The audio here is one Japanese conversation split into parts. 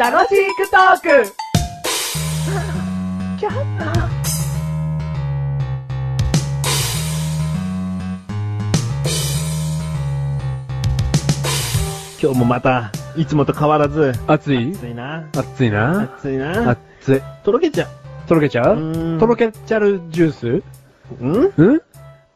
楽しくトーク今日もまた、いつもと変わらず、暑い暑いな。暑いな。暑いな。暑い。とろけちゃとろけちゃう。うーんとろけちゃるジューんスん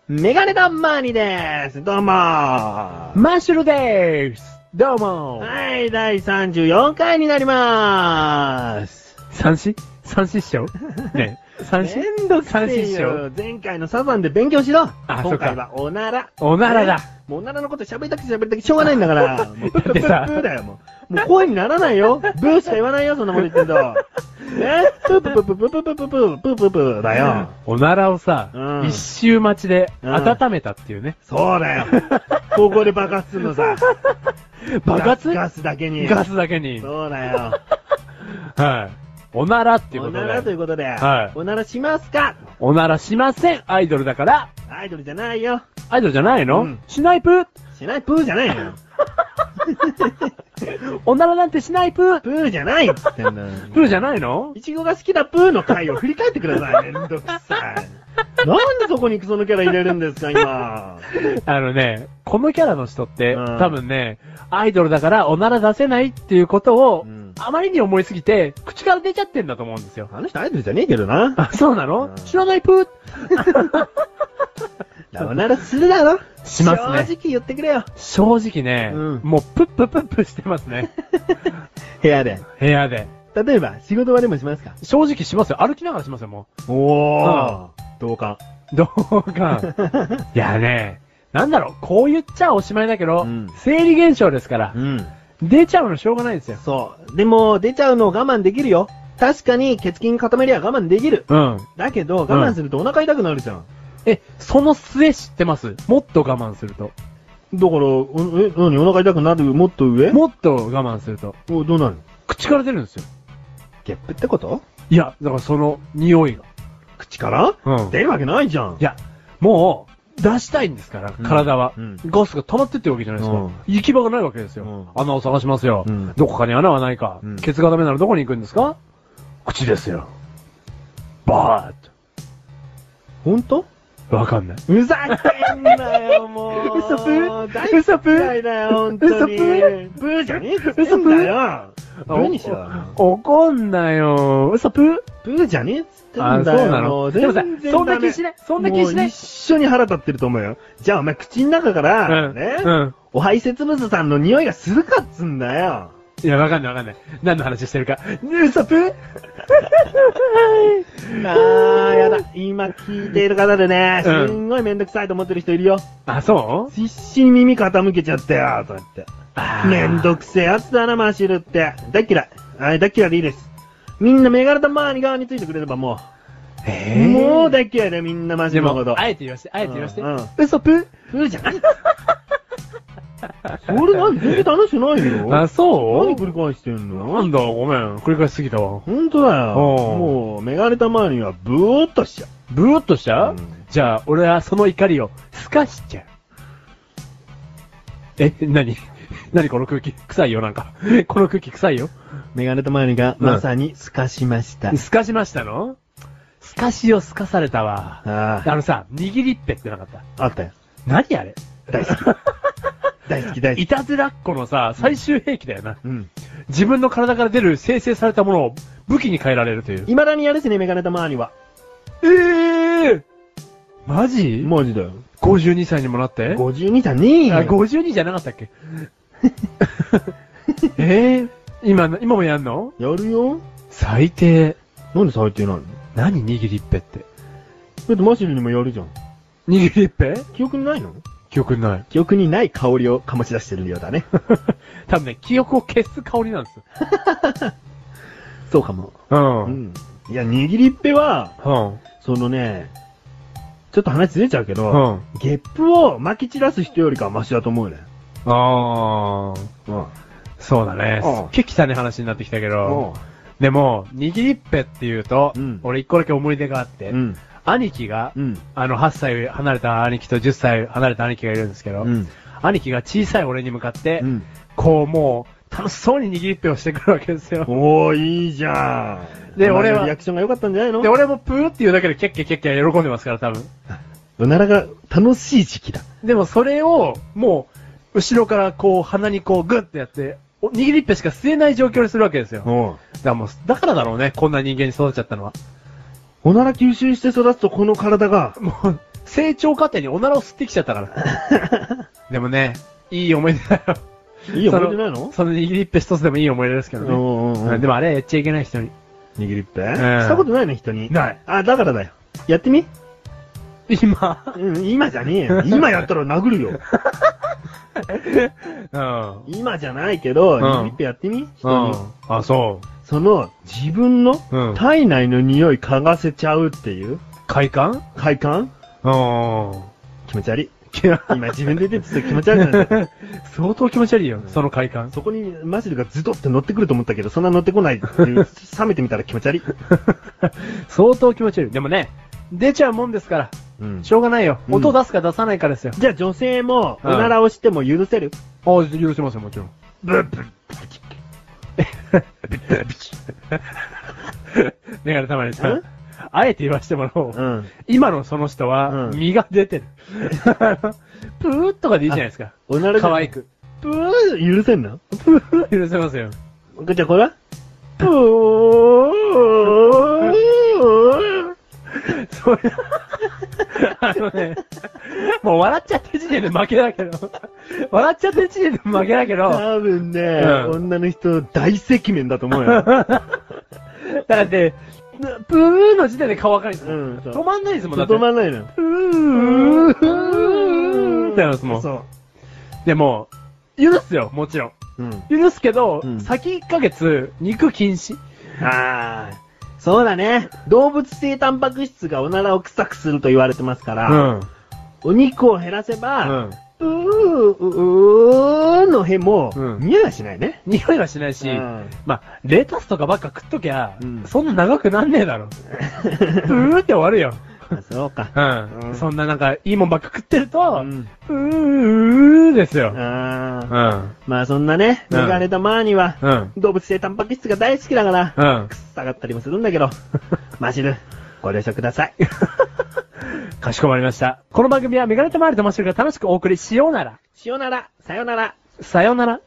メガネダンマーニです。どうもー。マッシュルでーすどうもはい、第34回になりまーす。三子三子師匠ね。三子めんどくせ三子え師匠よ。前回のサザンで勉強しろ。今あそ回っはおなら。おならだね。もうおならのこと喋りたくて喋りたくてしょうがないんだから。もうプだってさーだよ、もう。もう声にならないよ。ブーしか言わないよ、そんなこと言ってんと。ねプープープープープープープープープープーだよ。おならをさう、ん一周待ちでうん温めたっていうね。そうだよ。高校で爆発するのさ。爆発ガスだけに。ガスだけに。そうだよ。はい。おならっていうおこなとらといで。うことで。はいおならしますかおならしませんアイドルだからアイドルじゃないよ。アイドルじゃないうのんしないぷしない、プーじゃないよ。おならなんてしないぷプーじゃないっつってんだよ。プーじゃないのいちごが好きなプーの回を振り返ってください。めんどくさい。なんでそこにクソのキャラ入れるんですか、今。 あのね、このキャラの人って、うん多分ね、アイドルだからおなら出せないっていうことを、うんあまりに思いすぎて、口から出ちゃってんだと思うんですよ。あの人アイドルじゃねえけどな。あ、そうなの、うん知らないぷーおならするだろします正直ね言ってくれよ。正直ね、うんもうプップップップしてま すね。部屋で。部屋で。例えば、仕事はでもしますか正直しますよ。歩きながらしますよ、もおー。同 感。う。どう か。いやね、なんだろう、こう言っちゃおしまいだけど、うん生理現象ですからう、ん。出ちゃうのしょうがないですよ。そう。でも、出ちゃうのを我慢できるよ。確かに、血筋固めりゃ我慢できる。うん。だけど、我慢するとお腹痛くなるじゃん。え、その末知ってますもっと我慢すると。だから、うんえ、何お腹痛くなるもっと上もっと我慢すると。おどうなる口から出るんですよ。ゲップってこといや、だからその匂いが。口からうん出るわけないじゃん。いや、もう、出したいんですから、うん体は、うんガスが溜まってってるわけじゃないですか。うん行き場がないわけですよ。うん穴を探しますよ、うんどこかに穴はないか。うんケツがダメならどこに行くんですか口ですよ。バーッほんとと。わかんない。うざけんなよ、もう。嘘ぷー大嫌嘘ぷーいだよ、ほんとに。嘘ぷーぷーじゃねえっつってんだよ。ぷーにしろ。怒んなよ。嘘ぷーぷーじゃねえっつってあ、んそだよ。うなのでもさ、そんな気しない。ない。そんな気しなもうい一。緒に腹立ってると思うよ。じゃあお前口の中から、うんね、うんお排泄物さんの匂いがするかっつんだよ。いや、わかんないわかんない。何の話してるか。嘘ぷーあー、やだ。今聞いている方でね、うんすんごいめんどくさいと思ってる人いるよ。あ、そう必死に耳傾けちゃったよ、とか言って。めんどくくせえやつだな、マシルって。大っ嫌い。はい、大っ嫌いでいいです。みんなメガネと周り側についてくれればもう。えーもう大っ嫌いだよ、みんなマシでルのことも、。あえて言わして、あえて言わして。うんうん嘘ぷふうじゃない。それなんで全然楽しくないよ。あ、そう何繰り返してんなのんだ、ごめん。繰り返しすぎたわ。ほんとだよ。おうもう、メガネた周りにはブーっとしちゃブーっとした、うんじゃあ、俺はその怒りを、すかしちゃう。え、な になにこの空気臭いよ、なんか。この空気臭いよ。う。メガネた周りがまさに透かしましたすかしましたのすかしをすかされたわ。ああのさ、握りっぺってなかった。あ、あったよ。何あれ大好き。大好き、大好 いき。たずらっ子のさ、最終兵器だよな。うん。自分の体から出る生成されたものを武器に変えられるという。未だにやるしね、メガネた周りは。ええマジマジだよ。 52歳にもなって52じゃねえあ、よ。 52じゃなかったっけ ええ今の、今もやんのやるよ。最低。なんで最低なのだ何握りっぺって。ってマシルにもやるじゃん。握りっぺ記憶にないの記憶にない。記憶にない香りを醸し出してるようだ ね。多分ね、記憶を消す香りなんですよ。そうかも。うん。ううん。ん。いや、握りっぺは、そのね、ちょっと話ずれちゃうけど、うんゲップを撒き散らす人よりかはマシだと思うね。ああ。うん。そうだね。うんすっげえ汚い話になってきたけうんど。でも、握りっぺって言うと、うん俺一個だけ思い出があって、うん。兄貴が、うん。あの、8歳離れた兄貴と10歳離れた兄貴がいるんですけど、うん兄貴が小さい俺に向かって、うんこうもう、楽しそうに握りっぺをしてくるわけですよ。おー、いいじゃん。でお前俺のはリアクションが良かったんじゃないので、俺もプーっていうだけでキャッキャキャッキャ喜んでますから、多分。おならが楽しい時期だ。でもそれを、もう、後ろからこう、鼻にこう、グッてやって、お握りっぺしか吸えない状況にするわけですよ。だかおらもう、だからだろうね、こんな人間に育っちゃったのは。おなら吸収して育つとこの体が、もう、成長過程におならを吸ってきちゃったから。 でもね、いい思い出だよ。いい思い出ないのその握りっぺ一つでもいい思い出ですけどね。おーおーおーうんでもあれやっちゃいけない人に。握りっぺ、んしたことないの人に。ない。あ、だからだよ。やってみ今。うん、今じゃねえよ。 今やったら殴るよ。うん。 今じゃないけど、うん握りっぺやってみ人に。うん。あ、そう。その、自分のうん体内の匂い嗅がせちゃうっていう快感快感うん。気持ち悪い。いや今自分で出てて気持ち悪くなる。相当気持ち悪いよ、その快感。そこにマジルがズドって乗ってくると思ったけど、そんな乗ってこないっていう、冷めてみたら気持ち悪い。 相当気持ち悪い。でもね、出ちゃうもんですから、うんしょうがないよ。うん音出すか出さないかですよ。じゃあ女性も、おうんならをしても許せるああ、許せますよ、もち ろん。ブッブッメガネたまにさんん、あえて言わしてもらおうう。ん。今のその人は、うん身が出てる。 プーとかでいいじゃないですか。おならじゃ可愛く。プー許せんのプー許せますよ。じゃあこれはプーそれ、あのね、もう笑っちゃってる時点で負けだけど、笑っちゃってる時点で負けだけど、多分ね、うん女の人大赤面だと思うよ。だって、プーの時点で顔赤いですも。うんん。止まんないですもん、だって。止まんないのよ。うーうーってなるんですもん。そでも、許すよ、もちろん。う。うん。許すけど、うん先1ヶ月、肉禁止。ああ。そうだね。動物性タンパク質がおならを臭くすると言われてますから、ん。お肉を減らせば、ううん。ー、うーのへも、うん匂いはしないね。匂いはしないし、うんまあ、レタスとかばっか食っときゃ、うんそんな長くなんねえだろ。うーって終わるよ。 あそうか。うん。うんそんななんか、いいもんばっか食ってると、ううんーですよ。あうあ。ん。まあそんなね、うんメガネたマーには、うん。動物性タンパク質が大好きだから、うん。臭かったりもするんだけ ど、マシル、ご了承ください。かしこまりました。この番組はメガネとマリとマシュルが楽しくお送りしようなら、しよなら、さよなら。さよなら。